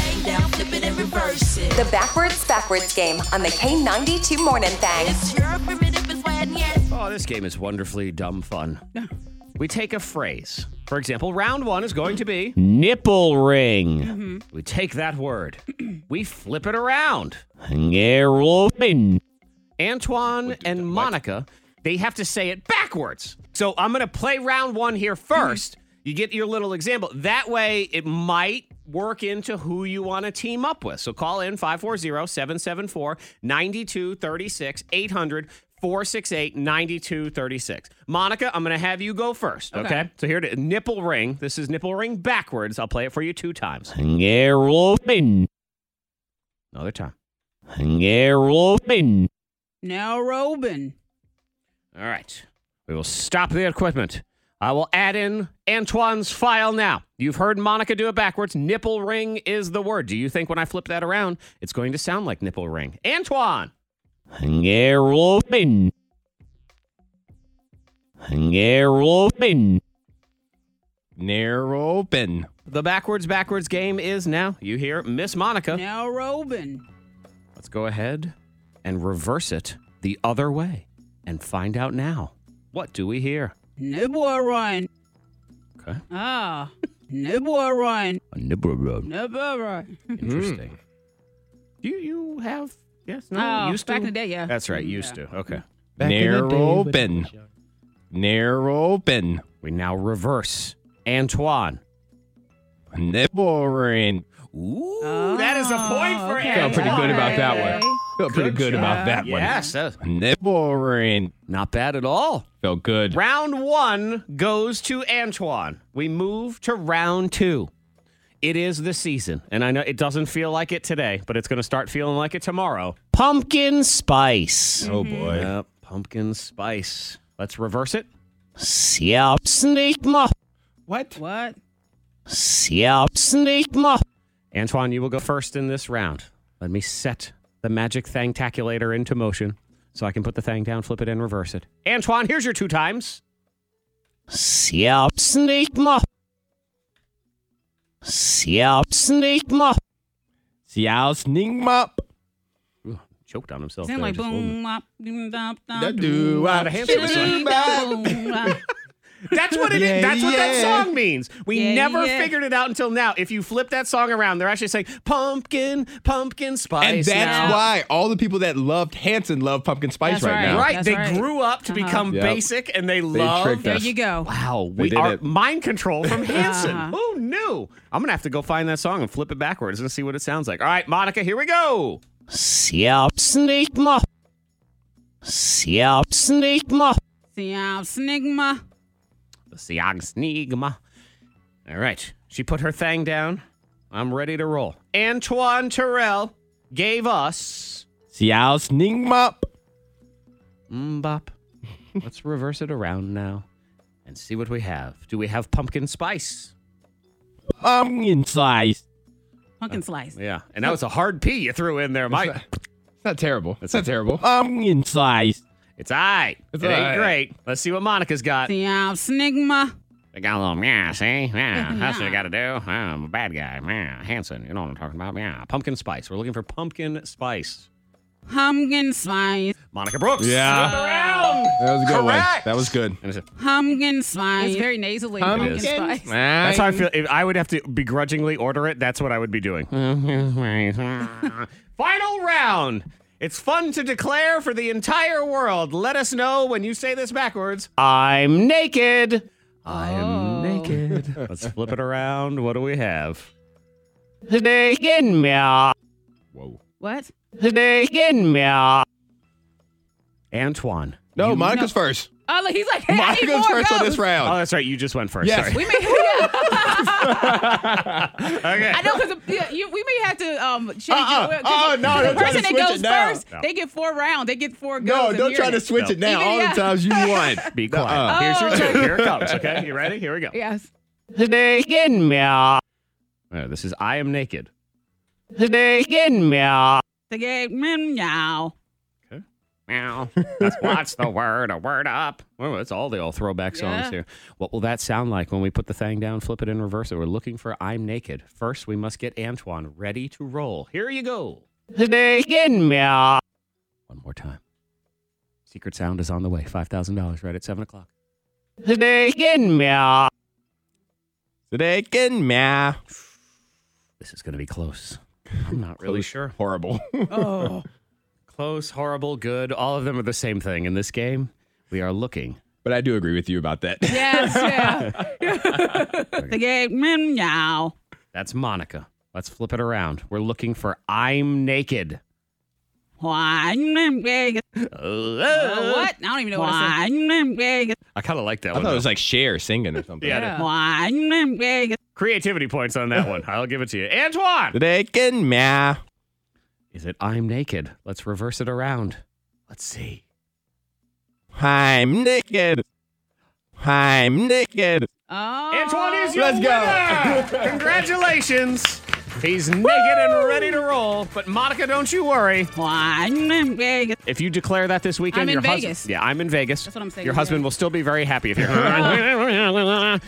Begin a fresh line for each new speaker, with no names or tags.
flip it and reverse it.
The backwards, backwards game on the K92 Morning Thing.
It's your primitive is wet yet.
Oh, this game is wonderfully dumb fun. We take a phrase. For example, round one is going to be nipple ring. We take that word, we flip it around. Antoine and Monica, they have to say it backwards. So I'm going to play round one here first. You get your little example. That way, it might work into who you want to team up with. So call in 540 774 9236 800 468 9236. Monica, I'm going to have you go first. Okay. So here it is nipple ring. This is nipple ring backwards. I'll play it for you two times. Another time. Another
Now, Robin.
all right. We will stop the equipment. I will add in Antoine's file now. You've heard Monica do it backwards. Nipple ring is the word. Do you think when I flip that around, it's going to sound like nipple ring? Antoine. Hangeropin. Hangeropin.
Narrow open.
The backwards backwards game is now. You hear Miss Monica.
Now, Robin.
Let's go ahead and reverse it the other way and find out now. What do we hear?
Nibble run.
Okay.
Ah. Nibble run.
nipple ring.
Nibble run.
Interesting. Do you have? Yes. No.
Oh,
used
back
to.
in the day, yeah.
That's right.
Mm,
Used
yeah.
to. Okay.
Narrow open. Narrow open.
We now reverse Antoine.
Nipple ring.
Ooh, that is a point
Ah, Oh,
for
okay.
Felt pretty good about that
Okay.
one. Felt pretty
Good
good
job.
about that one.
Yes, that's
Nipple ring.
not bad at all.
Felt good.
Round one goes to Antoine. We move to round two. It is the season, and I know it doesn't feel like it today, but it's going to start feeling like it tomorrow. Pumpkin spice.
Oh boy.
Uh, pumpkin spice. Let's reverse it. Siap sneak mo.
What?
What?
Siap sneak mo. Antoine, you will go first in this round. Let me set the magic thang taculator into motion so I can put the thang down, flip it, and reverse it. Antoine, here's your two times. Siap sneak mo. Siap sneak mo.
Xiao sneak up.
Ooh, Choked on himself.
Sound
there,
like
just a little bit.
boom, bop, boom, bop,
Da
bop,
do
boom,
wop,
a handsome
shoo
son.
doo
boom,
bop.
bop, boom, bop.
That's what it is.
Yeah,
That's what
yeah.
that song means. We
Yeah,
never
yeah.
figured it out until now. If you flip that song around, they're actually saying pumpkin, pumpkin spice.
And that's
now.
why all the people that loved Hanson love pumpkin spice
That's
right,
right.
now.
Right.
That's
they
right.
grew up to
Uh-huh.
become
Yep.
basic and they, love.
tricked
There
us.
you go.
Wow,
They
we
did
are
it.
mind control from Hanson.
Uh-huh.
Who knew? I'm gonna have to go find that song and flip it backwards and see what it sounds like. All right, Monica, here we go. Siop snake mo. Siop snake mo.
See, I'm Snigma.
Siog snigma. All right, she put her thing down. I'm ready to roll. Antoine Terrell gave us
Xiao sneak up.
Mbop. Let's reverse it around now and see what we have. Do we have pumpkin spice?
Pumpkin spice.
Pumpkin slice.
Yeah. And that was a hard P you threw in there, Mike.
It's not terrible. It's not terrible. Pumpkin spice.
It's all right.
It's
it ain't
aight.
great. Let's see what Monica's got.
See, I'm Snigma.
I got a little, yeah, see? Yeah, that's what
Yeah.
you got to do. I'm a bad guy. Yeah, Hanson. You know what I'm talking about? Yeah, pumpkin spice. We're looking for pumpkin spice.
Pumpkin slice.
Monica Brooks.
Yeah.
Flip it around.
That was a good one.
Correct.
That was good.
And it's-
Pumpkin slice.
It's very nasally.
Pumpkin
spice.
That's how I feel. If I would have to begrudgingly order it, that's what I would be doing. Final round. It's fun to declare for the entire world. Let us know when you say this backwards. I'm naked. I'm naked. Let's flip it around. What do we have? Naked meow.
Whoa.
What?
Naked meow. Antoine.
No, Monica's first.
Oh, look, he's like, hey, I need more
Monica's first on
goes.
this
Oh,
round.
that's right. You just went first.
Yes.
Sorry.
We may, yeah,
Okay.
I know because yeah, you- we may have to um change
Uh-uh.
it. 'cause
Uh-uh, no,
the
don't try to
person that
switch it
goes
now.
first, they get four rounds. They get four goes.
No,
if
don't
you're
try
in
to
it.
switch it now.
Even-
All the
yeah.
times you want.
Be quiet. uh, Oh.
Uh-uh.
Here's your joke. Here it comes. Okay, you ready? Here we go.
Yes.
Naked meow. Uh, this is I am naked. Naked meow.
They get meow.
Meow. That's what's the word? A word up. Oh, that's all the old throwback songs
Yeah.
here. What will that sound like when we put the thing down, flip it, and reverse it? We're looking for I'm naked. First, we must get Antoine ready to roll. Here you go. Naked meow. One more time. Secret sound is on the way. Five thousand dollars right at seven o'clock. Naked meow.
Today can meh.
This is gonna be close. I'm not really sure.
Horrible.
Oh,
Close, horrible, good. All of them are the same thing in this game. We are looking.
but I do agree with you about that.
yes, yeah. the game, mm, meow.
That's Monica. Let's flip it around. We're looking for I'm naked.
Why? mm, yeah. Uh,
what?
what? I don't even know what I said. mm, yeah.
I kind of like that
I
one.
thought it
though.
was like Cher singing or something.
Yeah.
Why? mm, yeah.
Creativity points on that one. I'll give it to you. Antoine!
Today can meh.
Is it I'm naked? Let's reverse it around. Let's see.
I'm naked. I'm naked.
Oh.
Antoine is your
Let's go.
winner! Congratulations! He's naked and ready to roll. But Monica, don't you worry.
Why? mm, yeah.
If you declare that this weekend,
I'm in
your husband.
Vegas.
Yeah, I'm in Vegas.
That's what I'm saying,
Your husband
yeah.
will still be very happy if you're.